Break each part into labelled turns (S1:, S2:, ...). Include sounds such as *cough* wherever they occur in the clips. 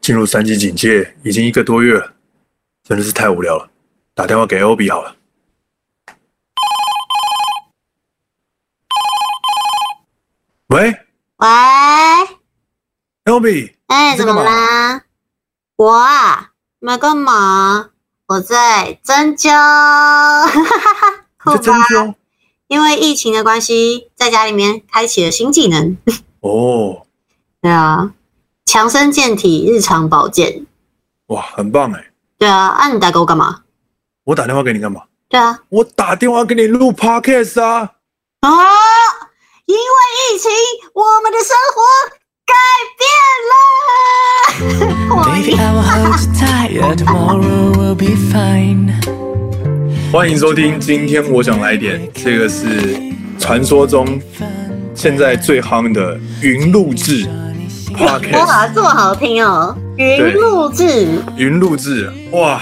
S1: 进入三级警戒已经一个多月了，真的是太无聊了。打电话给 o b 好了。喂
S2: 喂，
S1: o b
S2: 哎，
S1: 你在
S2: 怎
S1: 干嘛
S2: 么啦？我啊，没干嘛，我在针灸，哈哈哈，
S1: 你
S2: 酷
S1: 在针
S2: 吧？ *laughs*
S1: 灸？
S2: 因为疫情的关系，在家里面开启了新技能，
S1: 哦，
S2: 对啊，强身健体，日常保健，
S1: 哇，很棒哎！
S2: 对啊，啊，你打给我干嘛？
S1: 我打电话给你干嘛？
S2: 对啊，
S1: 我打电话给你录 podcast 啊！
S2: 哦，因为疫情，我们的生活改变
S1: 嗯
S2: *laughs* 了。我
S3: Baby, I will hold you tight. Yeah, tomorrow will be fine.
S1: 欢迎收听，今天我想来一点，这个是传说中现在最夯的云录制 podcast，
S2: 哇，这么好听哦！云录制，
S1: 云录制，哇，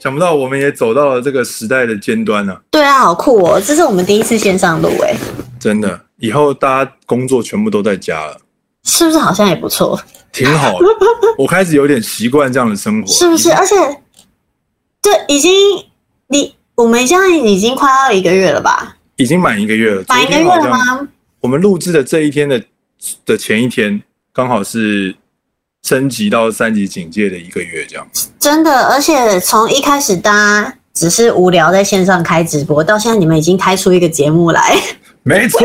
S1: 想不到我们也走到了这个时代的尖端啊！
S2: 对啊，好酷哦！这是我们第一次线上录诶，
S1: 真的，以后大家工作全部都在家了，
S2: 是不是好像也不错？
S1: 挺好
S2: *laughs*
S1: 的。我开始有点习惯这样的生活，
S2: 是不是？而且，对，已经你我们这样已经快要一个月了吧？
S1: 已经满一个月了，
S2: 满一个
S1: 昨
S2: 月
S1: 天好
S2: 了
S1: 像
S2: 吗？
S1: 我们录制的这一天的的前一天，刚好是升级到三级警戒的一个月，
S2: *laughs*
S1: 这样。
S2: 真的，而且从一开始大家只是无聊在线上开直播，到现在你们已经开出一个节目
S1: *laughs*
S2: 来，
S1: 没错，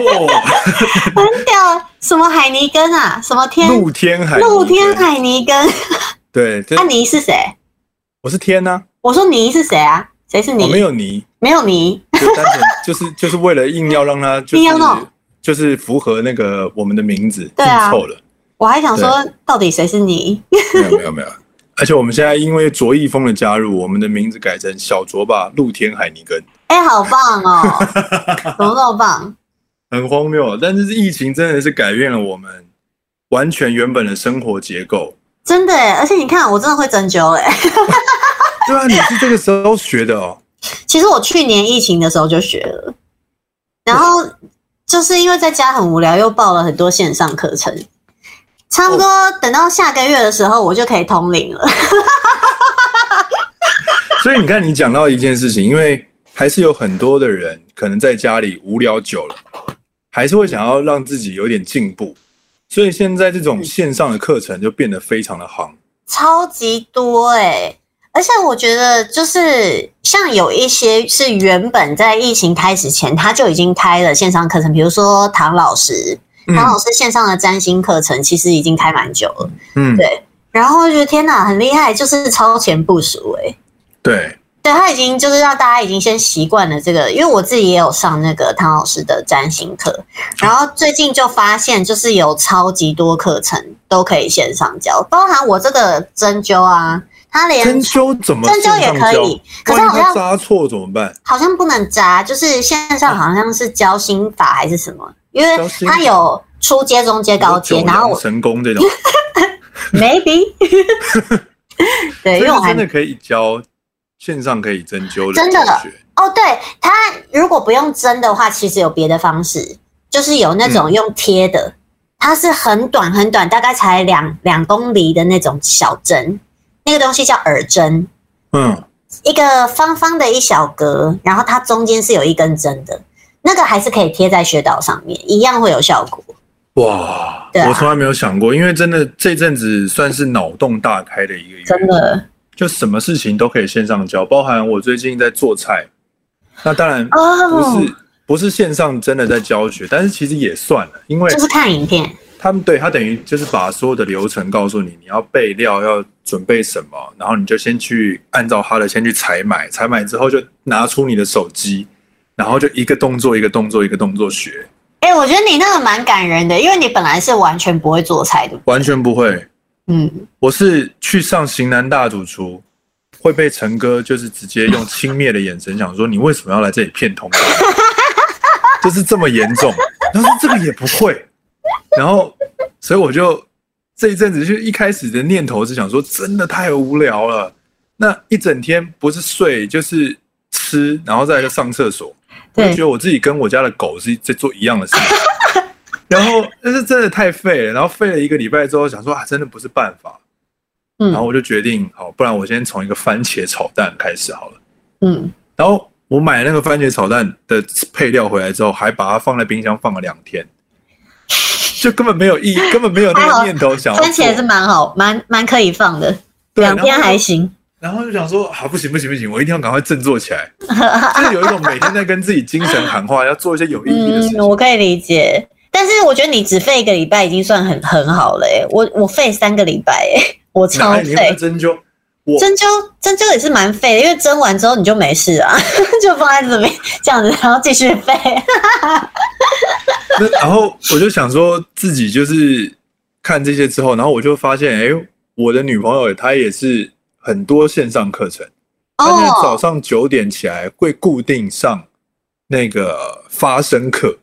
S2: 很屌！什么海尼根啊，什么天
S1: 露天海，
S2: 露天，啊海尼根，
S1: 对，这
S2: 那、尼是谁？
S1: 我是天呢、
S2: 我说尼是谁啊？谁是
S1: 我
S2: 你？
S1: 没有泥，
S2: 没有你，
S1: 就单纯就是就是为了硬要让它就
S2: 硬
S1: 是
S2: 要弄
S1: 就是符合那个我们的名字，
S2: 对啊
S1: 拼凑了，
S2: 我还想说到底谁是你？
S1: 没有没有没有。而且我们现在因为卓一峰的加入，我们的名字改成小卓吧，露天海尼根，
S2: 哎、好棒哦，怎么那么棒？
S1: 很荒谬。但是疫情真的是改变了我们完全原本的生活结构。
S2: 真的哎，而且你看，我真的会针灸哎。
S1: 对啊，你是这个时候学的哦。
S2: *laughs* 其实我去年疫情的时候就学了，然后就是因为在家很无聊，又报了很多线上课程。差不多等到下个月的时候，我就可以通灵了。 *laughs*
S1: *laughs* 所以你看，你讲到一件事情，因为还是有很多的人可能在家里无聊久了，还是会想要让自己有点进步，所以现在这种线上的课程就变得非常的夯。
S2: 超级多哎、而且我觉得就是像有一些是原本在疫情开始前他就已经开了线上课程，比如说唐老师，
S1: 嗯
S2: 唐老师线上的占星课程其实已经开蛮久了，
S1: 嗯，
S2: 对。然后我觉得天哪，很厉害，就是超前部署哎、
S1: 对，
S2: 对他已经就是让大家已经先习惯了这个，因为我自己也有上那个唐老师的占星课，然后最近就发现就是有超级多课程都可以线上教，包含我这个针灸啊，他连
S1: 针灸怎么
S2: 针灸也
S1: 线上
S2: 可
S1: 教
S2: 以可是
S1: 万一
S2: 好
S1: 他
S2: 像
S1: 扎错怎么办？
S2: 好像不能扎，就是线上好像是教心法还是什么，因为
S1: 教心法
S2: 他有初阶、中阶、高阶，
S1: 九
S2: 然后
S1: 阳 *laughs*
S2: 我
S1: 神功这种，
S2: maybe
S1: *laughs* 所
S2: 对，因
S1: 以
S2: 为我
S1: 是
S2: 还
S1: 真的可以教线上可以针灸的
S2: 真的
S1: 教学
S2: 哦，对，它如果不用针的话，其实有别的方式，就是有那种用贴的，它是很短很短，大概才两两公厘的那种小针，那个东西叫耳针，
S1: 嗯，
S2: 一个方方的一小格，然后它中间是有一根针的，那个还是可以贴在穴道上面，一样会有效果。
S1: 哇，
S2: 对啊
S1: 我从来没有想过，因为真的这阵子算是脑洞大开的一个月，
S2: 真的
S1: 就什么事情都可以线上教，包含我最近在做菜，那当然不
S2: 哦
S1: 是、，不是线上真的在教学，但是其实也算了，因为
S2: 就是看影片，
S1: 他们对他等于就是把所有的流程告诉你，你要备料要准备什么，然后你就先去按照他的先去采买，采买之后就拿出你的手机，然后就一个动作一个动作一个动作学，
S2: 哎、我觉得你那个蛮感人的，因为你本来是完全不会做菜的，
S1: 完全不会。
S2: 嗯。
S1: 我是去上型男大主厨。会被陈哥就是直接用轻蔑的眼神想说你为什么要来这里骗同学，就是这么严重。然后说这个也不会，然后所以我就这一阵子就一开始的念头是想说真的太无聊了，那一整天不是睡就是吃，然后再来就上厕所，我
S2: 对
S1: 就觉得我自己跟我家的狗是在做一样的事情。
S2: *laughs*
S1: 然后但是真的太废了，然后废了一个礼拜之后，想说啊，真的不是办法，
S2: 嗯
S1: 然后我就决定，好，不然我先从一个番茄炒蛋开始好了。
S2: 嗯，
S1: 然后我买那个番茄炒蛋的配料回来之后，还把它放在冰箱放了两天，就根本没有
S2: *laughs*
S1: 意，根本没有那个念头想要
S2: 番茄是
S1: 做
S2: 蛮好，蛮蛮可以放的，
S1: 对
S2: 两天
S1: 然后
S2: 还行。
S1: 然后就想说啊，不行不行不行，我一定要赶快振作起来，就是有一种每天在跟自己精神喊话，要做一些有意义的事
S2: *laughs* 嗯，
S1: 情。
S2: 我可以理解，但是我觉得你只废一个礼拜已经算很很好了、欸，我我废三个礼拜、欸，我超
S1: 哪有你要
S2: 废。
S1: 针灸，我
S2: 针灸针灸也是蛮废的，因为针完之后你就没事啊， *laughs* 就放在这边这样子，然后继续废。
S1: *laughs* 那然后我就想说自己就是看这些之后，然后我就发现，哎，我的女朋友她也是很多线上课程，她现在早
S2: 哦，
S1: 上九点起来会固定上那个发声课，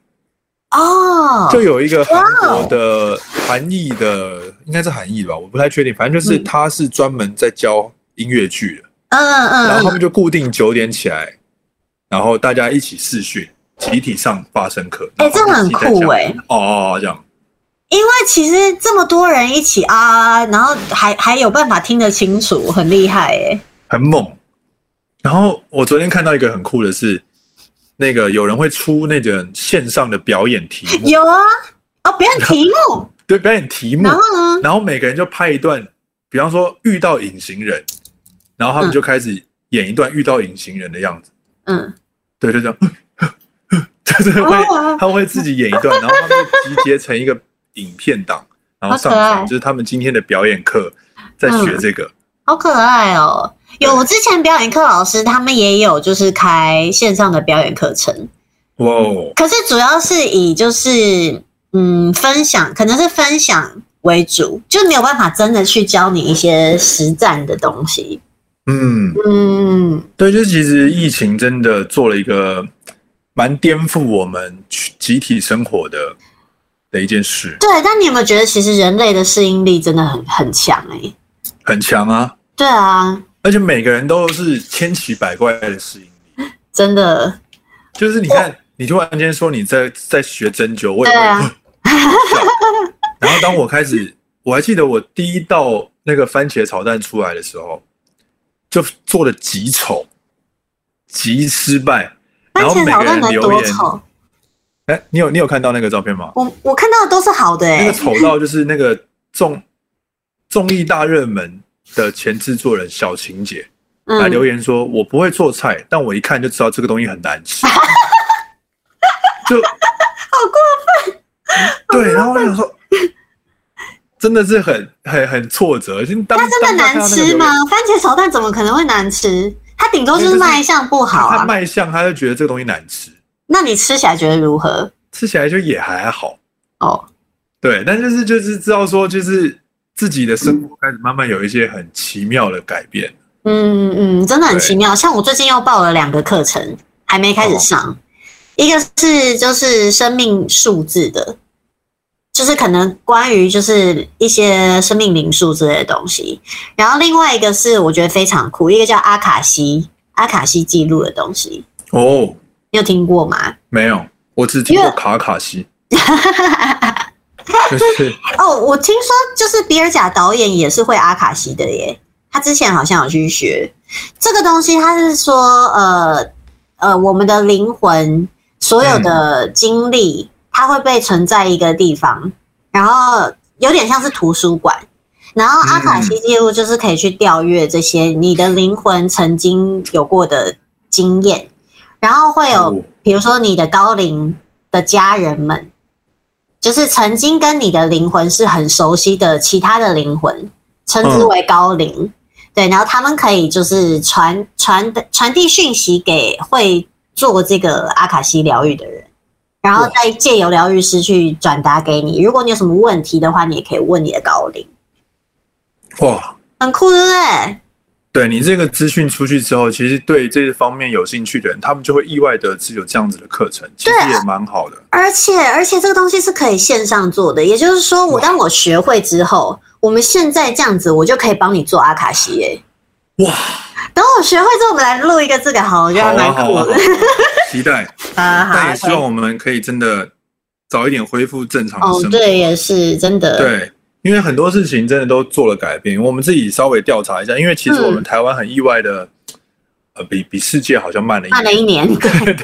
S2: 哦，
S1: 就有一个韩国的韩裔的，应该是韩裔吧，我不太确定，反正就是
S2: 嗯
S1: 她是专门在教音乐剧的，
S2: 嗯
S1: 然后
S2: 嗯
S1: 他
S2: 嗯，
S1: 们就固定九点起来，然后大家一起试训，集体上发声课，
S2: 哎这很酷
S1: 然后一起在讲
S2: 哎
S1: 哦哦哦这样。
S2: 因为其实这么多人一起啊，然后还还有办法听得清楚，很厉害哎、
S1: 很猛。然后我昨天看到一个很酷的是，那个有人会出那种线上的表演题目，
S2: 有啊，哦，表演题目，
S1: 对，表演题目
S2: 然，后呢，
S1: 然后每个人就拍一段，比方说遇到隐形人，然后他们就开始演一段遇到隐形人的样子，
S2: 嗯，
S1: 对，就这样， *laughs* 就是
S2: 哦
S1: 会他们会自己演一段，然后他们就集结成一个影片档，然后上
S2: 好可爱嗯
S1: 传，就是他们今天的表演课在学这个，
S2: 好可爱哦。有，我之前表演课老师他们也有就是开线上的表演课程，
S1: 哇哦，
S2: 可是主要是以就是嗯分享，可能是分享为主，就没有办法真的去教你一些实战的东西。
S1: 嗯。
S2: 嗯，
S1: 对，就是其实疫情真的做了一个蛮颠覆我们集体生活的的一件事，
S2: 对。但你有没有觉得，其实人类的适应力真的很很强哎、
S1: 很强啊！
S2: 对啊，
S1: 而且每个人都是千奇百怪的适应力，
S2: 真的。
S1: 就是你看，你突然间说你在在学针灸，我也会、
S2: 对啊
S1: 笑 *laughs* 然后当我开始，我还记得我第一道那个番茄炒蛋出来的时候，就做的极丑、极失败，
S2: 番
S1: 然后
S2: 茄
S1: 每
S2: 炒
S1: 个
S2: 蛋
S1: 人
S2: 能
S1: 留
S2: 多
S1: 言，
S2: 丑？
S1: 哎，你有你有看到那个照片吗？
S2: 我我看到的都是好的哎、
S1: 那个丑到就是那个综综艺大热门的前制作人小晴姐来留
S2: 嗯，
S1: 言说：“我不会做菜，但我一看就知道这个东西很难吃。”
S2: *laughs*
S1: 就好过分。对，然后我想说，真的是很很很挫折。就当
S2: 它真的
S1: 当大家
S2: 难
S1: 看到那个
S2: 吃
S1: 留言哎
S2: 吗？番茄炒蛋怎么可能会难吃？它顶多就是卖相不好
S1: 他
S2: 啊。
S1: 卖相，他就觉得这个东西难吃，
S2: 那你吃起来觉得如何？
S1: 吃起来就也还好。
S2: 哦，
S1: 对，但就是就是知道说，就是自己的生活开始慢慢有一些很奇妙的改变。
S2: 嗯嗯，真的很
S1: 对哦
S2: 奇妙。像我最近又报了两个课程，还没开始上，一个是就是生命数字的，就是可能关于就是一些生命灵数之类的东西。然后另外一个是我觉得非常酷，一个叫阿卡西阿卡西记录的东西，
S1: 哦，
S2: 你有听过吗？
S1: 没有，我只听过
S2: 因为
S1: 卡卡西。 *laughs* 就是
S2: 哦，我听说就是比尔贾导演也是会阿卡西的耶，他之前好像有去学这个东西。他是说，呃呃，我们的灵魂所有的经历，它会被存在一个地方，然后有点像是图书馆。然后阿卡西记录就是可以去调阅这些你的灵魂曾经有过的经验，然后会有
S1: 哦
S2: 比如说你的高龄的家人们，就是曾经跟你的灵魂是很熟悉的其他的灵魂，称之为高龄。对，然后他们可以就是传传传递讯息给会做这个阿卡西疗愈的人，然后
S1: 哇
S2: 再借由疗愈师去转达给你。如果你有什么问题的话，你也可以问你的高龄，
S1: 哇，
S2: 很酷，对不对？
S1: 对你这个资讯出去之后，其实对这方面有兴趣的人，他们就会意外的知有这样子的课程，其实
S2: 啊
S1: 也蛮好的。
S2: 而且而且这个东西是可以线上做的，也就是说，我
S1: 哇
S2: 当我学会之后，我们现在这样子，我就可以帮你做阿卡西耶、
S1: 哇，
S2: 等我学会之后，我们来录一个这个好，我觉得
S1: 好
S2: 还
S1: 啊，
S2: 蛮
S1: 好
S2: 酷
S1: 啊，好
S2: 的
S1: 啊。期待。
S2: 啊， *laughs* 好
S1: 但也希望
S2: ，OK
S1: 我们可以真的早一点恢复正常的
S2: 哦，
S1: 生活。
S2: 对，也是真的。
S1: 对，因为很多事情真的都做了改变。我们自己稍微调查一下，因为
S2: 嗯
S1: 其实我们台湾很意外的，呃，比比世界好像慢了一
S2: 慢了
S1: 点。
S2: 一年，对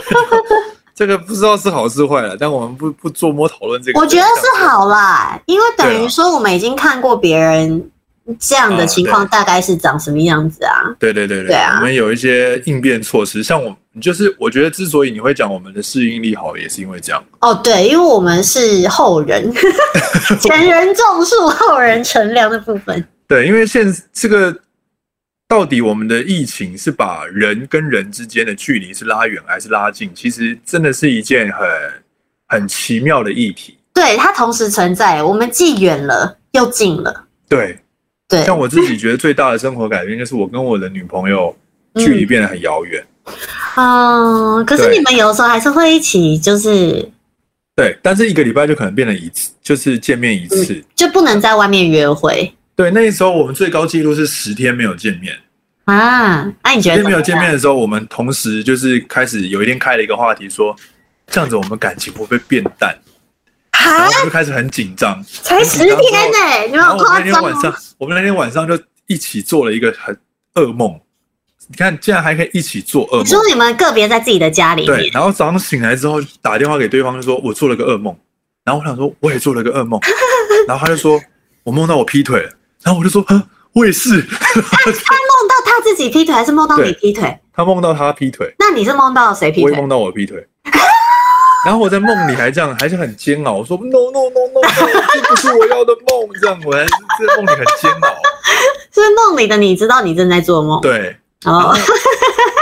S1: *laughs* 这个不知道是好是坏了，但我们不不琢磨讨论这个。
S2: *laughs* 我觉得是好啦，因为等于说我们已经看过别人这样的情况
S1: 啊
S2: 大概是长什么样子啊。
S1: 对对对对，
S2: 对啊
S1: 我们有一些应变措施，像我，就是我觉得之所以你会讲我们的适应力好，也是因为这样。
S2: 哦，对，因为我们是后人，前人种树，后人乘凉的部分。
S1: 对，因为现这个到底我们的疫情是把人跟人之间的距离是拉远还是拉近，其实真的是一件很很奇妙的议题。
S2: 对，它同时存在，我们既远了又近了。
S1: 对，
S2: 对，
S1: 像我自己觉得最大的生活改变就是我跟我的女朋友距离变得很遥远。
S2: 嗯，可是
S1: 对
S2: 你们有时候还是会一起，就是
S1: 对，但是一个礼拜就可能变成一次，就是见面一次。
S2: 就不能在外面约会
S1: 对，那时候我们最高纪录是十天没有见面。
S2: 啊？那、你觉
S1: 今天
S2: 得怎
S1: 没
S2: 么
S1: 有
S2: 样
S1: 见面的时候，我们同时就是开始有一天开了一个话题说，这样子我们感情会不会变淡？然
S2: 哈
S1: 后，我们就开始很紧张。
S2: 才十天呢、你们
S1: 然后我
S2: 啊好
S1: 们
S2: 夸
S1: 那天
S2: 张
S1: 晚
S2: 哦！
S1: 上，我们那天晚上就一起做了一个很噩梦。你看，竟然还可以一起做噩
S2: 你说
S1: 梦。
S2: 你们个别在自己的家里
S1: 对，
S2: 面，
S1: 然后早上醒来之后打电话给对方，就说我做了个噩梦。然后我想说我也做了个噩梦，然后他就说我梦到我劈腿了。然后我就说啊，我也是。
S2: 梦到他自己劈腿还是梦到你
S1: 对
S2: 劈腿？
S1: 他梦到他劈腿，
S2: 那你是梦到谁劈
S1: 我也
S2: 腿？
S1: 梦到我劈腿。然后我在梦里还这样，还是很煎熬。我说 no no no no，, no 这不是我要的梦，这样我还是在梦里很煎熬。
S2: 是梦里的你知道你正在做梦
S1: 对，
S2: 哦，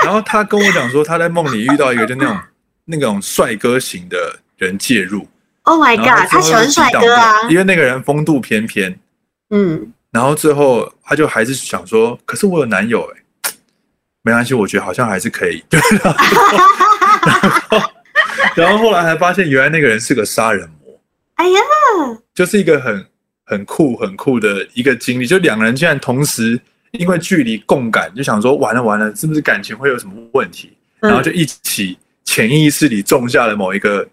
S1: 然后他跟我讲说，他在梦里遇到一个就那种那种帅哥型的人介入。
S2: Oh my
S1: 然后
S2: god，他喜欢帅哥啊
S1: 最后就激荡掉，因为那个人风度翩翩。
S2: 嗯，
S1: 然后最后他就还是想说，可是我有男友哎、没关系，我觉得好像还是可以。 *laughs* 然后然后后来还发现，原来那个人是个杀人魔。
S2: 哎呀，
S1: 就是一个很很酷很酷的一个经历，就两个人竟然同时因为距离共感，就想说完了完了，是不是感情会有什么问题？然后
S2: 嗯，
S1: 就一起潜意识里种下了某一个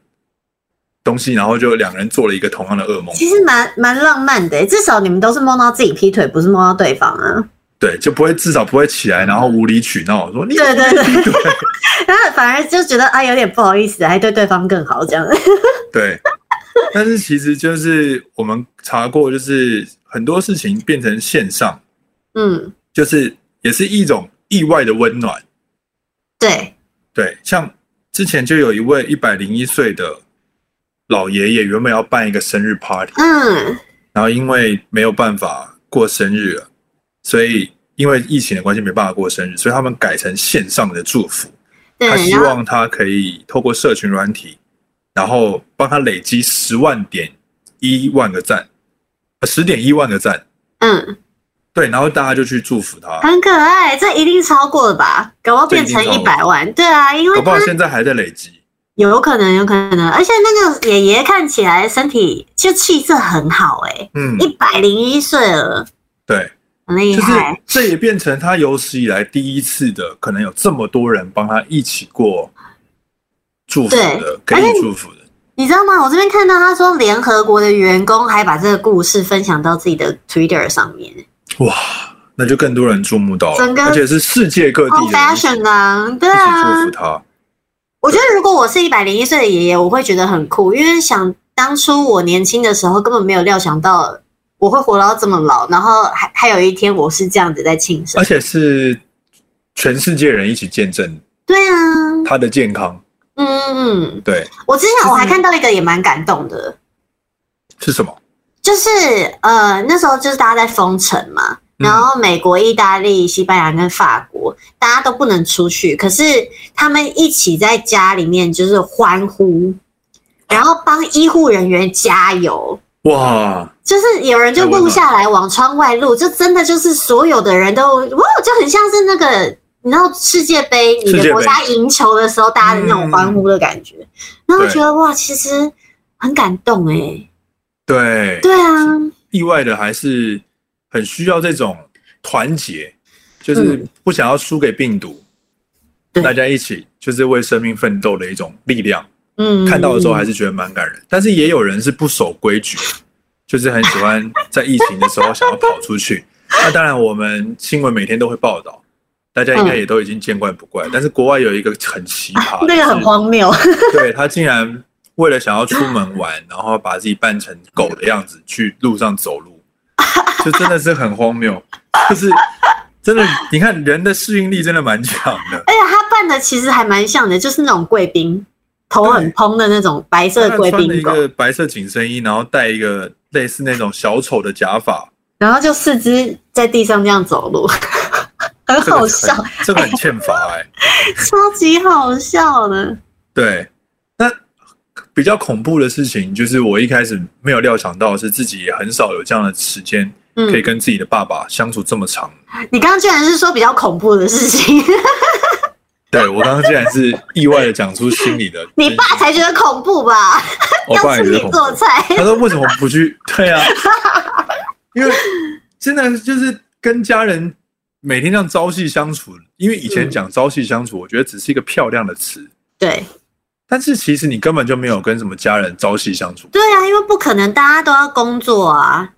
S1: 东西，然后就两个人做了一个同样的噩梦，
S2: 其实蛮蛮浪漫的欸，至少你们都是梦到自己劈腿，不是梦到对方啊。
S1: 对，就不会至少不会起来，然后无理取闹说你
S2: 对对对，
S1: *laughs* 对
S2: 然后 *laughs* 反而就觉得啊有点不好意思，还对对方更好这样。
S1: 对，但是其实就是我们查过，就是很多事情变成线上，
S2: 嗯，
S1: 就是也是一种意外的温暖。
S2: *laughs* 对，
S1: 对，像之前就有一位一百零一岁的老爷爷，原本要办一个生日 party，
S2: 嗯，
S1: 然后因为没有办法过生日了，所以因为疫情的关系没办法过生日，所以他们改成线上的祝福。
S2: 对，
S1: 他希
S2: 嗯然后
S1: 望他可以透过社群软体，然后帮他累积十万点一万个赞，呃十点一万个赞。
S2: 嗯，
S1: 对，然后大家就去祝福他，
S2: 很可爱，这一定超过了吧？搞不好变成
S1: 这一
S2: 一
S1: 定超
S2: 百万，对啊，因为
S1: 搞不好
S2: 他
S1: 现在还在累积。
S2: 有可能，有可能，而且那个爷爷看起来身体就气色很好、欸，
S1: 嗯
S2: 哎，，一百零一岁了，
S1: 对。
S2: 很厉
S1: 就是
S2: 害。
S1: 这也变成他有史以来第一次的，可能有这么多人帮他一起过祝福的，给
S2: 对而且
S1: 予
S2: 你
S1: 祝福的。
S2: 你知道吗？我这边看到他说，联合国的员工还把这个故事分享到自己的 Twitter 上面、欸
S1: 哇，那就更多人注目到
S2: 整
S1: 了
S2: 个，
S1: 而且是世界各地的人一
S2: ，Old
S1: 起
S2: Fashion 啊，对啊
S1: 祝福，他。
S2: 我觉得如果我是一百零一岁的爷爷，我会觉得很酷，因为想当初我年轻的时候，根本没有料想到我会活到这么老，然后还还有一天我是这样子在庆生
S1: 而。且是全世界人一起见证
S2: 对啊，
S1: 他的健康。
S2: 嗯嗯嗯，
S1: 对，
S2: 我之前我还看到一个也蛮感动的，
S1: 是什么？
S2: 就是呃那时候就是大家在封城嘛，
S1: 嗯
S2: 然后美国、意大利、西班牙跟法国大家都不能出去，可是他们一起在家里面就是欢呼，然后帮医护人员加油。
S1: 哇，
S2: 就是有人就录下来往窗外录，就真的就是所有的人都哇，就很像是那个你知道世界杯你
S1: 世界杯
S2: 的
S1: 嗯
S2: 国家赢球的时候大家的那种欢呼的感觉，然后我觉得哇，其实很感动哎、
S1: 对，
S2: 对啊，
S1: 意外的还是很需要这种团结，就是
S2: 嗯
S1: 不想要输给病毒，
S2: 对
S1: 大家一起就是为生命奋斗的一种力量。
S2: 嗯，
S1: 看到的时候还是觉得蛮感人，但是也有人是不守规矩，就是很喜欢在疫情的时候想要跑出去。那当然，我们新闻每天都会报道，大家应该也都已经见怪不怪。但是国外有一个很奇葩的，
S2: 嗯啊那个很荒谬，
S1: 对他竟然为了想要出门玩，然后把自己扮成狗的样子去路上走路，就真的是很荒谬。就是真的，你看人的适应力真的蛮强的。
S2: 而且他扮的其实还蛮像的，就是那种贵宾，头很蓬的那种白色
S1: 他
S2: 贵
S1: 穿了一
S2: 宾狗，
S1: 个白色紧身衣，然后戴一个类似那种小丑的假发，
S2: 然后就四肢在地上这样走路， *laughs* 很
S1: 这个
S2: 好
S1: 很
S2: 笑，
S1: 这个很欠罚哎、
S2: 超级好笑的。
S1: 对，那比较恐怖的事情就是我一开始没有料想到，是自己也很少有这样的时间
S2: 嗯
S1: 可以跟自己的爸爸相处这么长。
S2: 你刚刚居然是说比较恐怖的事情， *laughs*
S1: 对我刚刚竟然是意外的讲出心里的真
S2: 你
S1: 心，
S2: 爸才觉得恐怖吧？
S1: 我
S2: 要
S1: 爸
S2: 出
S1: 也觉
S2: 去
S1: 得恐怖
S2: 做。菜，
S1: 他说为什么不去？对啊，因为真的就是跟家人每天这样朝夕相处，因为以
S2: 嗯
S1: 前讲朝夕相处，我觉得只是一个漂亮的词，
S2: 对
S1: 但是其实你根本就没有跟什么家人朝夕相处。
S2: 对啊，因为不可能大家都要工作啊，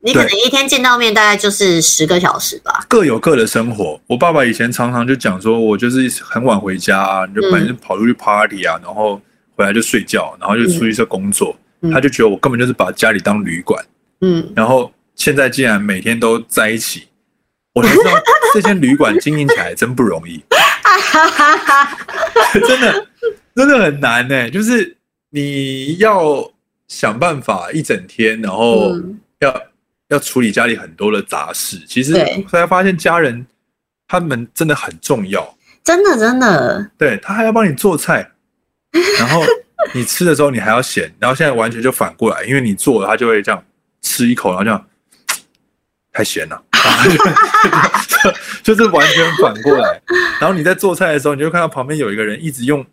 S2: 你可能一天见到面大概就是十个小时吧。
S1: 各有各的生活。我爸爸以前常常就讲说，我就是很晚回家啊，就
S2: 嗯
S1: 反正跑出去 party 啊，然后回来就睡觉，然后就出去这工作。
S2: 嗯
S1: 他就觉得我根本就是把家里当旅馆，
S2: 嗯，
S1: 然后现在竟然每天都在一起，我才知道这间旅馆经营起来真不容易， *laughs* 真的真的很难呢、就是你要想办法一整天，然后
S2: 嗯
S1: 要、要处理家里很多的杂事。其实
S2: 对
S1: 才发现家人他们真的很重要，
S2: *laughs* 真的真的，
S1: 对他还要帮你做菜，然后你吃的时候你还要咸，然后现在完全就反过来，因为你做了他就会这样吃一口，然后这样太咸了，就就是完全反过来。然后你在做菜的时候，你就看到旁边有一个人一直用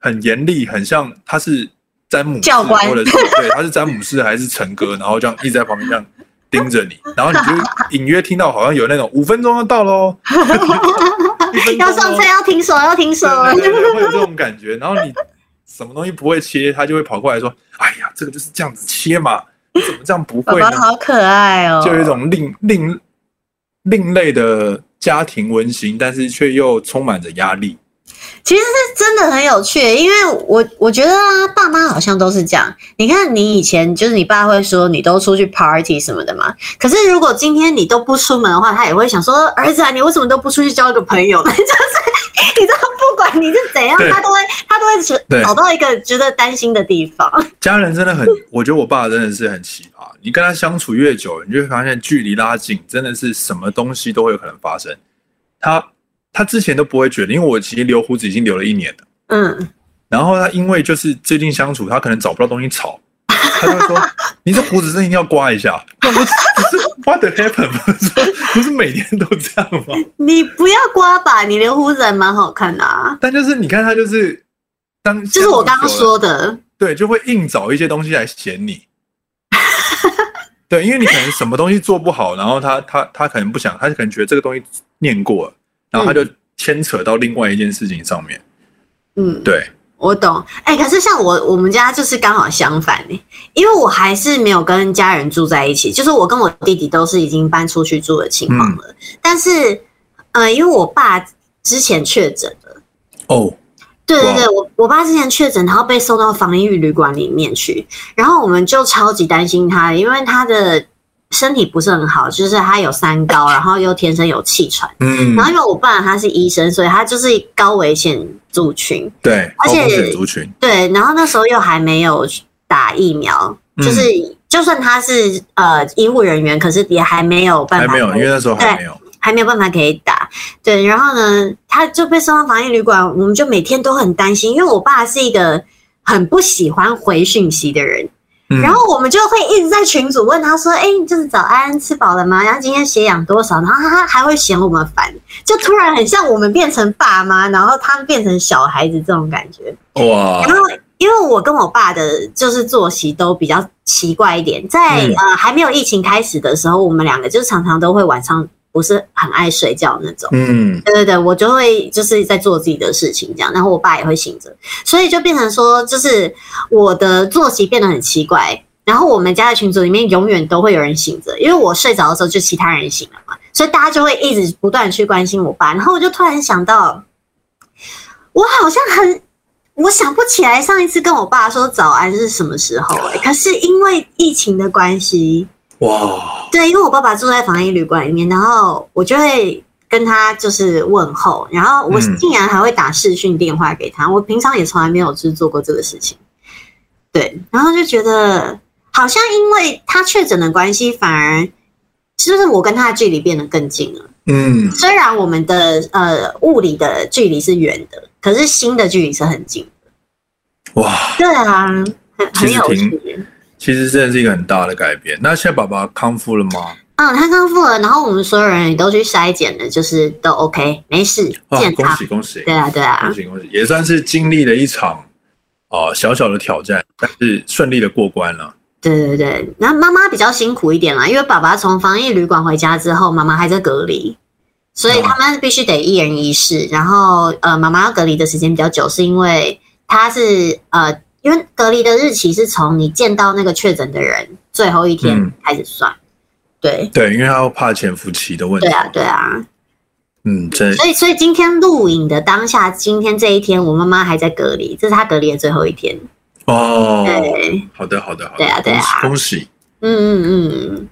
S1: 很严厉，很像他是詹姆士
S2: 教官
S1: 或者是对他是詹姆士还是陈哥，然后这样一直在旁边这样盯着你，然后你就隐约听到好像有那种五分钟要到
S2: *laughs*
S1: 喽，一分钟
S2: 要上
S1: 咯
S2: 车要停手要停手，
S1: 对
S2: *laughs*
S1: 对对，会啊有这种感觉。然后你什么东西不会切，他就会跑过来说：“哎呀，这个就是这样子切嘛，你怎么这样不
S2: 宝
S1: 会呢
S2: 宝好可爱？”哦，
S1: 就有一种另另另类的家庭温馨，但是却又充满着压力。
S2: 其实是真的很有趣，因为我我觉得啊，爸妈好像都是这样。你看，你以前就是你爸会说你都出去 party 什么的嘛，可是如果今天你都不出门的话，他也会想说，儿子啊，你为什么都不出去交一个朋友呢？ *laughs* 就是你知道，不管你是怎样，
S1: 对
S2: 他都会他都会只
S1: 对
S2: 找到一个值得担心的地方。
S1: 家人真的很，我觉得我爸真的是很奇葩。你跟他相处越久，你就会发现距离拉近，真的是什么东西都会有可能发生。他他之前都不会觉得，因为我其实留胡子已经留了一年了。
S2: 嗯，
S1: 然后他因为就是最近相处，他可能找不到东西吵，他就会
S2: *laughs*
S1: 说：“你这胡子真的一定要刮一下。”那我说：“只是 What the happen？” 我说：“不是每天都这样吗
S2: 你不要刮吧，你留胡子还蛮好看的啊？”。
S1: 但就是你看他就是当
S2: 就是我刚刚
S1: 相处久了
S2: 说的，
S1: 对，就会硬找一些东西来嫌你。 *laughs* 对，因为你可能什么东西做不好，然后他他他可能不想，他可能觉得这个东西念过了，然后他就牵扯到另外一件事情上面。
S2: 嗯。
S1: 对，
S2: 我懂，哎、可是像我我们家就是刚好相反呢、因为我还是没有跟家人住在一起，就是我跟我弟弟都是已经搬出去住的情况
S1: 嗯
S2: 了。但是，呃，因为我爸之前确诊了，
S1: 哦，
S2: 对对
S1: 哇
S2: 对，我我爸之前确诊，然后被送到防疫旅馆里面去，然后我们就超级担心他，因为他的身体不是很好，就是他有三高，然后又天生有气喘，
S1: 嗯
S2: 然，后因为我爸他是医生，所以他就是高危险族群。
S1: 对，
S2: 而
S1: 高
S2: 且
S1: 风险族群，
S2: 对，然后那时候又还没有打疫苗，
S1: 嗯
S2: 就是就算他是呃医护人员，可是也还没有办
S1: 还
S2: 法，
S1: 没有，因为那时候还
S2: 对
S1: 没有。
S2: 还没有办法可以打。对，然后呢，他就被送到防疫旅馆，我们就每天都很担心，因为我爸是一个很不喜欢回讯息的人，
S1: 嗯
S2: 然后我们就会一直在群组问他说：“哎、你就是早安，吃饱了吗？然后今天血氧多少？”然后他还会嫌我们烦，就突然很像我们变成爸妈，然后他们变成小孩子这种感觉。
S1: 哇，
S2: 然后因为我跟我爸的就是作息都比较奇怪一点，在、
S1: 嗯
S2: 呃还没有疫情开始的时候，我们两个就是常常都会晚上不是很爱睡觉那种。
S1: 嗯，
S2: 对对对，我就会就是在做自己的事情这样，然后我爸也会醒着，所以就变成说，就是我的作息变得很奇怪。然后我们家的群组里面永远都会有人醒着，因为我睡着的时候就其他人醒了嘛，所以大家就会一直不断地去关心我爸。然后我就突然想到，我好像很，我想不起来上一次跟我爸说早安是什么时候、欸。可是因为疫情的关系，
S1: 哇，
S2: 对，因为我爸爸住在防疫旅馆里面，然后我就会跟他就是问候，然后我
S1: 嗯
S2: 竟然还会打视讯电话给他，我平常也从来没有就是做过这个事情。对，然后就觉得好像因为他确诊的关系，反而就是我跟他的距离变得更近了。
S1: 嗯，
S2: 虽然我们的呃物理的距离是远的，可是心的距离是很近。
S1: 哇，
S2: 对啊，很
S1: 其
S2: 很
S1: 实
S2: 有
S1: 挺
S2: 趣。
S1: 其实真的是一个很大的改变。那现在爸爸康复了吗？
S2: 嗯，他康复了，然后我们所有人也都去筛检了，就是都 OK，没事，
S1: 啊，
S2: 健
S1: 恭
S2: 康。
S1: 喜恭喜
S2: 对啊，对啊
S1: 恭，喜恭喜，也算是经历了一场啊、呃小小的挑战，但是顺利的过关了。
S2: 对对对。然后妈妈比较辛苦一点啦，因为爸爸从防疫旅馆回家之后，妈妈还在隔离，所以
S1: 嗯
S2: 他们必须得一人一室。然后呃，妈妈要隔离的时间比较久，是因为她是呃，因为隔离的日期是从你见到那个确诊的人最后一天
S1: 嗯
S2: 开始算。对，
S1: 对，因为他要怕潜伏期的问题。
S2: 对啊，对啊。
S1: 嗯，真
S2: 所以，所以今天录影的当下，今天这一天，我妈妈还在隔离，这是她隔离的最后一天。
S1: 哦，
S2: 对，
S1: 好的好的好的，
S2: 对啊对啊
S1: 恭喜恭喜。
S2: 嗯嗯嗯，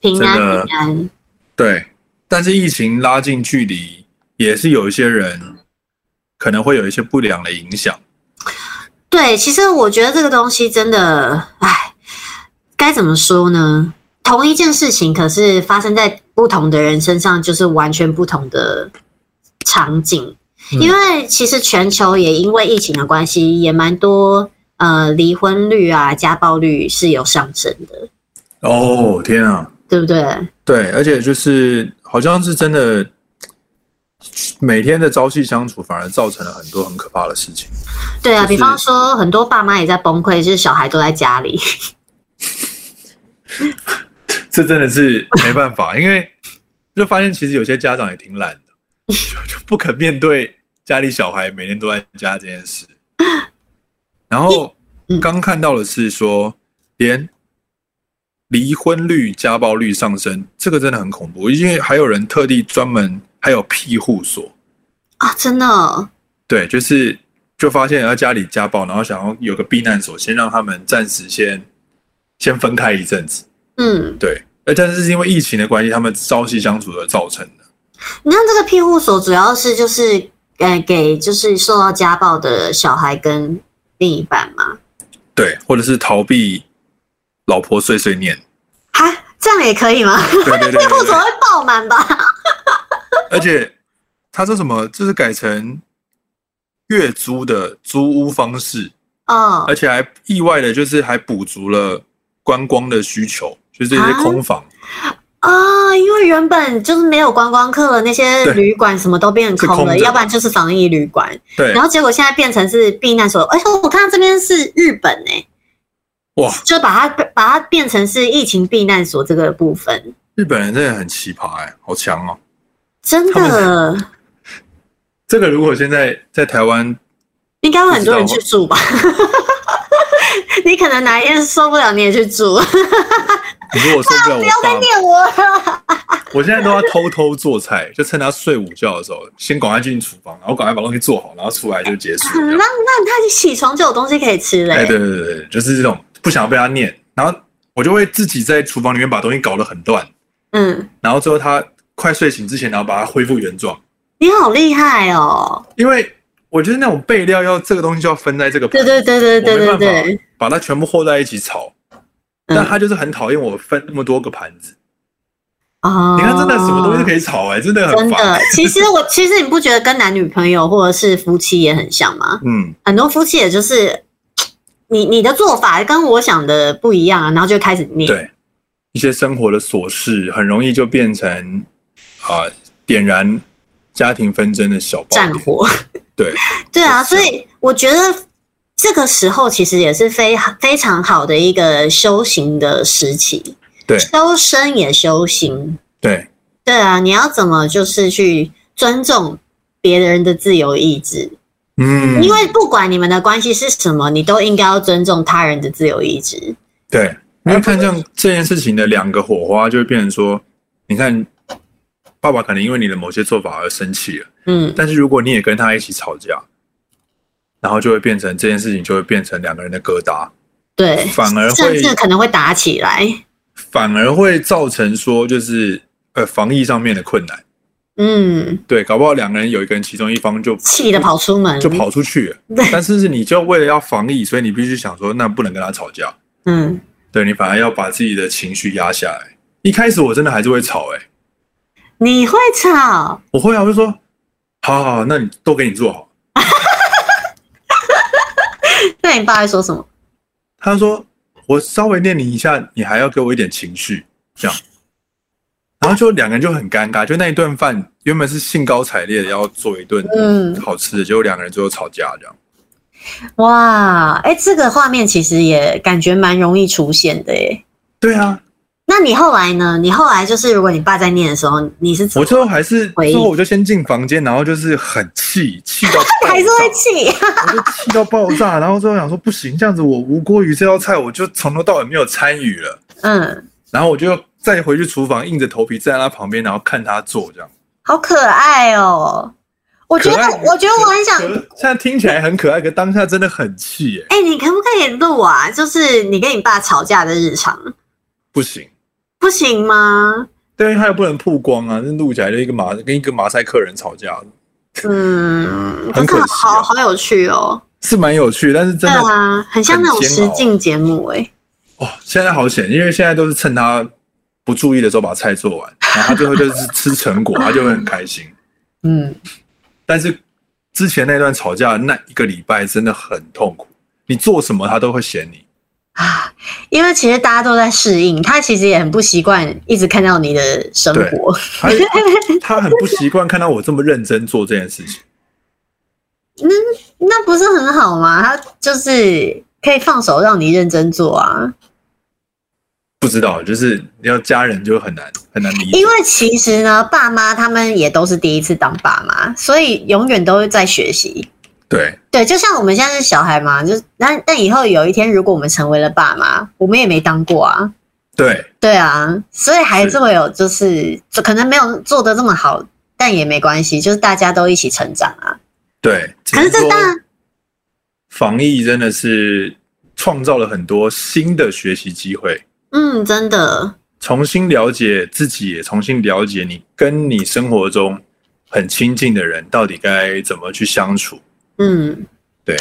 S2: 平
S1: 真
S2: 安
S1: 的
S2: 平安，
S1: 对，但是疫情拉近距离，也是有一些人可能会有一些不良的影响。
S2: 对，其实我觉得这个东西真的，唉，该怎么说呢？同一件事情，可是发生在不同的人身上，就是完全不同的场景。
S1: 嗯
S2: 因为其实全球也因为疫情的关系，也蛮多呃离婚率啊、家暴率是有上升的，
S1: 哦，天啊！
S2: 对不对？
S1: 对，而且就是好像是真的，每天的朝夕相处反而造成了很多很可怕的事情。
S2: 对啊，
S1: 就是
S2: 比方说很多爸妈也在崩溃，就是小孩都在家里。
S1: 这真的是没办法，因为就发现其实有些家长也挺懒的，就就不肯面对家里小孩每天都在家这件事。然后
S2: 嗯
S1: 刚看到的是说，连离婚率、家暴率上升，这个真的很恐怖，因为还有人特地专门还有庇护所，
S2: *laughs* 啊，真的哦，
S1: 对，就是就发现要家里家暴，然后想要有个避难所，先让他们暂时先先分开一阵子。
S2: 嗯，
S1: 对，呃，但是是因为疫情的关系，他们朝夕相处而造成的。
S2: 那这个庇护所主要是就是呃给就是受到家暴的小孩跟另一半嘛？
S1: 对，或者是逃避老婆碎碎念。
S2: 哈，这样也可以 *laughs* 吗？
S1: 对对对对
S2: 庇护
S1: 对
S2: 所会爆满吧？
S1: 而且他说什么，就是改成月租的租屋方式，
S2: *laughs* 哦
S1: 而且还意外的就是还补足了观光的需求，就是这些
S2: 啊
S1: 空房，
S2: 啊，因为原本就是没有观光客了，那些
S1: 对
S2: 旅馆什么都变
S1: 是
S2: 空
S1: 空
S2: 了，
S1: 着
S2: 要不然就是防疫旅馆，
S1: 对，
S2: 然后结果现在变成是避难所。而且我看到这边是日本哎、
S1: 哇，
S2: 就把它把它变成是疫情避难所这个部分，
S1: 日本人真的很奇葩哎、好强哦！
S2: 真
S1: 他
S2: 的
S1: 这个如果现在在台湾，
S2: 应该有很多人去住吧。 *laughs* 你可能哪一天受不了，你也
S1: *laughs*
S2: 去住。
S1: 你如果受不了我爸妈，
S2: 念我了，
S1: 我现在都要偷偷做菜，就趁他睡午觉的时候，先赶快进厨房，然后赶快把东西做好，然后出来就结
S2: *laughs*
S1: 束。
S2: 那那他起床就有东西可以吃嘞、
S1: 哎，对对对对，就是这种不想被他念，然后我就会自己在厨房里面把东西搞得很乱，
S2: 嗯，
S1: 然后最后他快睡醒之前，然后把它恢复原状，
S2: 你好厉害哦！
S1: 因为我觉得那种备料要这个东西就要分在这个盘
S2: 对对对对对对
S1: 我没办
S2: 对，
S1: 把它全部和在一起炒。
S2: 嗯
S1: 但他就是很讨厌我分那么多个盘子，
S2: 哦，
S1: 你看真的什么东西都可以炒哎、真的很
S2: 真
S1: 烦
S2: 的。，其
S1: *laughs*
S2: 实我其实你不觉得跟男女朋友或者是夫妻也很像吗？
S1: 嗯，
S2: 很多夫妻也就是你你的做法跟我想的不一样啊，然后就开始念。
S1: 对，一些生活的琐事很容易就变成啊、点燃家庭纷争的小爆
S2: 战
S1: 点。
S2: 火。
S1: 对，
S2: 对啊，
S1: 是
S2: 所
S1: 啊
S2: 以我觉得这个时候其实也是非非常好的一个修行的时期，
S1: 对
S2: 修身也修行。
S1: 对，
S2: 对啊，你要怎么就是去尊重别人的自由意志？
S1: 嗯，
S2: 因为不管你们的关系是什么，你都应该要尊重他人的自由意志。
S1: 对你会看像这件事情的两个火花，就会变成说，你看爸爸可能因为你的某些做法而生气了，
S2: 嗯，
S1: 但是如果你也跟他一起吵架，然后就会变成这件事情就会变成两个人的疙瘩，
S2: 对，
S1: 反而
S2: 甚
S1: 会
S2: 至可能会打起来。
S1: 反而会造成说就是呃防疫上面的困难。
S2: 嗯，
S1: 对，搞不好两个人有一个人其中一方就
S2: 气得跑出门
S1: 就。跑出去了，但是是你就为了要防疫，所以你必须想说，那不能跟他吵架，
S2: 嗯，
S1: 对你反而要把自己的情绪压下来。一开始我真的还是会吵、欸，
S2: 你会吵，
S1: 我会啊，我就说，好好好，那你都给你做好。
S2: 那你爸会说什么？
S1: 他说，我稍微念你一下，你还要给我一点情绪，这样，然后就两个人就很尴尬，就那一顿饭原本是兴高采烈的要做一顿
S2: 嗯，
S1: 好吃的，结果两个人最后吵架这样。
S2: 哇，哎、这个画面其实也感觉蛮容易出现的耶。
S1: 对啊，
S2: 那你后来呢？你后来就是，如果你爸在念的时候，你是怎
S1: 我
S2: 么
S1: 最后还是
S2: 回忆
S1: 最后我就先进房间，然后就是很气，气
S2: *laughs*
S1: 到爆
S2: 还是会
S1: 炸
S2: 气？
S1: 我就气到爆炸，然后最后想说不行，这样子我无锅鱼这道菜我就从头到尾没有参与了，
S2: 嗯，
S1: 然后我就再回去厨房硬着头皮站在他旁边，然后看他做
S2: *laughs*
S1: 这样。
S2: 好可爱哦、我觉得
S1: 可爱，
S2: 我觉得我很想
S1: 可，现在听起来很可爱，可当下真的很气耶、
S2: 哎、你可不可以录啊？就是你跟你爸吵架的日常，
S1: 不行，
S2: 不行吗？
S1: 对，他又不能曝光啊，那录起来就一个马跟一个马赛克人吵架，
S2: 嗯，
S1: 很可惜啊
S2: 可是好好好有趣哦、
S1: 是蛮有趣，但是真
S2: 对
S1: 的、
S2: 啊，很像那种实境节目哎、
S1: 哦，现在好险，因为现在都是趁他不注意的时候把菜做
S2: *laughs*
S1: 完，然后他最后就是吃成果，他就会很开心。
S2: 嗯，
S1: 但是之前那段吵架那一个礼拜真的很痛苦，你做什么他都会嫌你。
S2: 啊因为其实大家都在适应，他其实也很不习惯一直看到你的生活。
S1: 他 *laughs* 他很不习惯看到我这么认真做这件事情。
S2: *laughs* 那不是很好吗？他就是可以放手让你认真做啊。
S1: 不知道，就是要家人就很难很难理解
S2: 因。为其实呢，爸妈他们也都是第一次当爸妈，所以永远都在学习。
S1: 对，
S2: 对，就像我们现在是小孩嘛，就是但但以后有一天，如果我们成为了爸妈，我们也没当过啊。
S1: 对，
S2: 对啊，所以还是会有，就是就可能没有做的这么好，但也没关系，就是大家都一起成长啊。
S1: 对。
S2: 可是
S1: 只
S2: 这
S1: 说
S2: 当然，
S1: 防疫真的是创造了很多新的学习机会，
S2: 嗯，真的，
S1: 重新了解自己，也重新了解你跟你生活中很亲近的人到底该怎么去相处。
S2: 嗯，
S1: 对，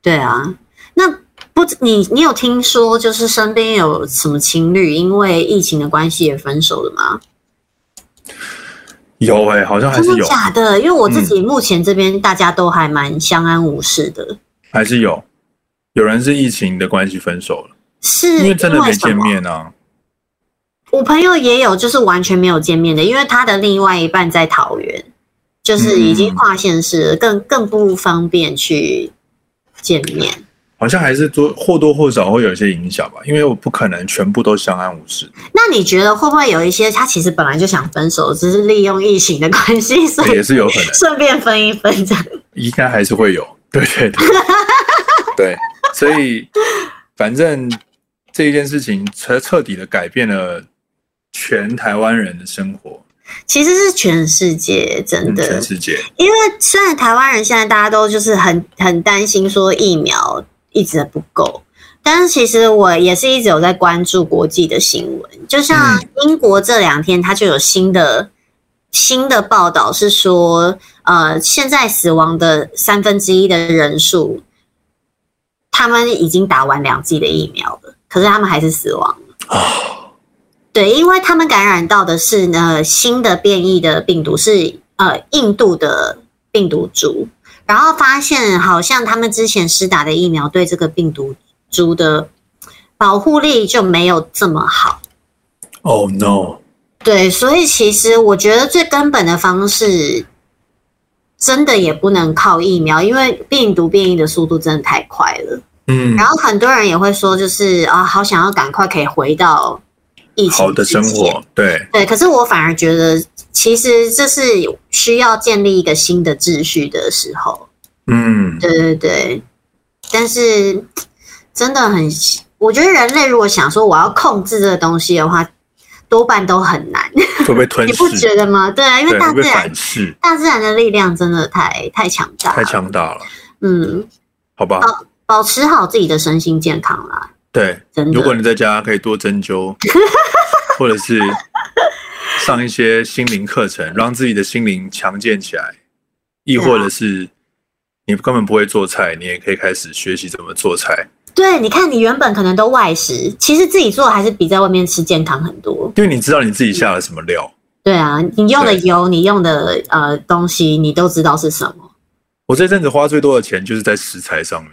S2: 对啊。那不，你你有听说就是身边有什么情侣因为疫情的关系也分手了吗？
S1: 有哎、好像还
S2: 真
S1: 是
S2: 的
S1: 有，嗯
S2: 假的？因为我自己目前这边大家都还蛮相安无事的，
S1: 还是有，有人是疫情的关系分手了，
S2: 是
S1: 因为真的没
S2: 什
S1: 见
S2: 么？
S1: 面啊。
S2: 我朋友也有，就是完全没有见面的，因为他的另外一半在桃园，就是已
S1: 嗯
S2: 经跨县市了，更更不方便去见面。
S1: 好像还是多或多或少会有一些影响吧，因为我不可能全部都相安无
S2: *laughs*
S1: 事，
S2: 那你觉得会不会有一些他其实本来就想分手，只是利用疫情的关系，所以
S1: 也是有可能，
S2: 顺便分一分这样？
S1: 应该还是会
S2: *laughs*
S1: 有，对对对，对，所以反正这一件事情彻彻底的改变了全台湾人的生活，
S2: 其实是全世界真
S1: 嗯
S2: 的，
S1: 全世界，
S2: 因为虽然台湾人现在大家都就是很很担心说疫苗一直不够，但是其实我也是一直有在关注国际的新闻，就像英国这两天它就有新的新的报道是说，呃，现在死亡的三分之一的人数，他们已经打完两剂的疫苗了，可是他们还是死亡了。对，因为他们感染到的是呢新的变异的病毒，是呃印度的病毒株，然后发现好像他们之前施打的疫苗对这个病毒株的保护力就没有这么好。
S1: Oh no！
S2: 对，所以其实我觉得最根本的方式，真的也不能靠疫苗，因为病毒变异的速度真的太快了。
S1: 嗯
S2: 然，后很多人也会说，就是啊，好想要赶快可以回到疫情
S1: 好的生
S2: 之前
S1: 活，对，
S2: 对，可是我反而觉得，其实这是需要建立一个新的秩序的时候。 *laughs*
S1: 嗯，
S2: 对对对，但是真的很，我觉得人类如果想说我要控制这个东西的话，多半都很难，
S1: 会被吞
S2: 你不觉
S1: 噬，
S2: 得吗？对啊，因为
S1: 对，
S2: 大
S1: 会
S2: 自
S1: 被
S2: 然
S1: 反噬，
S2: 大自然的力量真的太太强大了，
S1: 太强大了，
S2: 嗯，
S1: 好吧？
S2: 保持好自己的身心健康啦，
S1: 对，
S2: 真
S1: 如果
S2: 的。
S1: 你在家可以多针
S2: *laughs*
S1: 灸，或者是上一些心灵课程，让自己的心灵强健起来，亦
S2: 对啊
S1: 或者是你根本不会做菜，你也可以开始学习怎么做菜，
S2: 对，你看你原本可能都外食，其实自己做还是比在外面吃健康很多。
S1: 因为你知道你自己下了什么料。
S2: 对啊，你用的
S1: 对
S2: 油，你用的呃东西，你都知道是什么。
S1: 我这阵子花最多的钱就是在食材上面，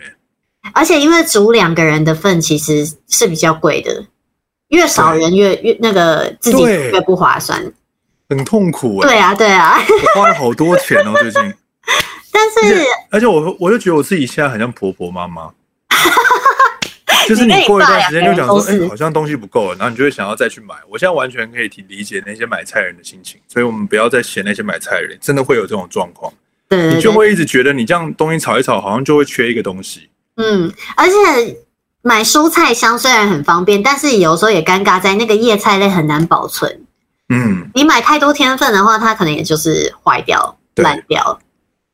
S2: 而且因为煮两个人的份其实是比较贵的，越少人越越那个自己煮
S1: 对
S2: 越不划算。
S1: 很痛苦哎、
S2: 对啊，对啊， *laughs*
S1: 我花了好多钱哦，最近。
S2: 但是
S1: 而且我我就觉得我自己现在很像婆婆妈
S2: *laughs*
S1: 妈，就是你
S2: 你跟你
S1: 过一
S2: 爸
S1: 段时间就想
S2: 两啊个
S1: 说，
S2: 人都
S1: 哎、
S2: 是
S1: 好像东西不够了，然后你就会想要再去买。我现在完全可以体理解那些买菜人的心情，所以我们不要再嫌那些买菜人，真的会有这种状况，
S2: 对
S1: 你
S2: 对
S1: 就
S2: 对，
S1: 会一直觉得你这样东西炒一炒，好像就会缺一个东西。
S2: 嗯，而且买蔬菜箱虽然很方便，但是有时候也尴尬在那个叶菜类很难保存。
S1: 嗯，
S2: 你买太多天份的话，它可能也就是坏掉、
S1: 对
S2: 烂掉。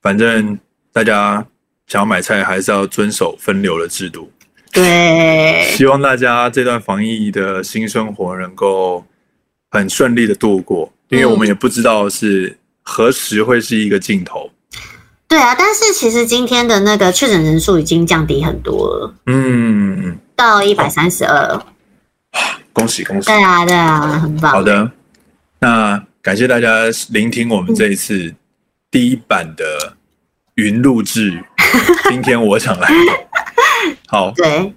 S1: 反正大家想要买菜还是要遵守分流的制度。
S2: 对，
S1: 希望大家这段防疫的新生活能够很顺利的度过，因为我们也不知道是何时会是一个尽头。
S2: 对啊，但是其实今天的那个确诊人数已经降低很多了，
S1: 嗯，
S2: 到一百三十二。
S1: 恭喜恭喜！
S2: 对啊，对啊，很棒。
S1: 好的，那感谢大家聆听我们这一次第一版的云录制。今天我想来，好，
S2: 对，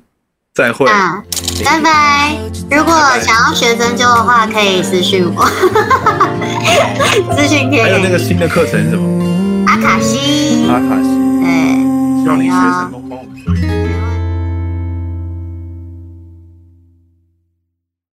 S1: 再会。
S2: 那拜拜。如果想要学针灸的话，可以私讯我， *laughs* 私讯
S1: 还有
S2: 贴
S1: 那
S2: 给
S1: 个新的课程是什么？
S2: 阿卡西。
S1: 阿卡西，
S2: 对。
S1: 希望你学成功。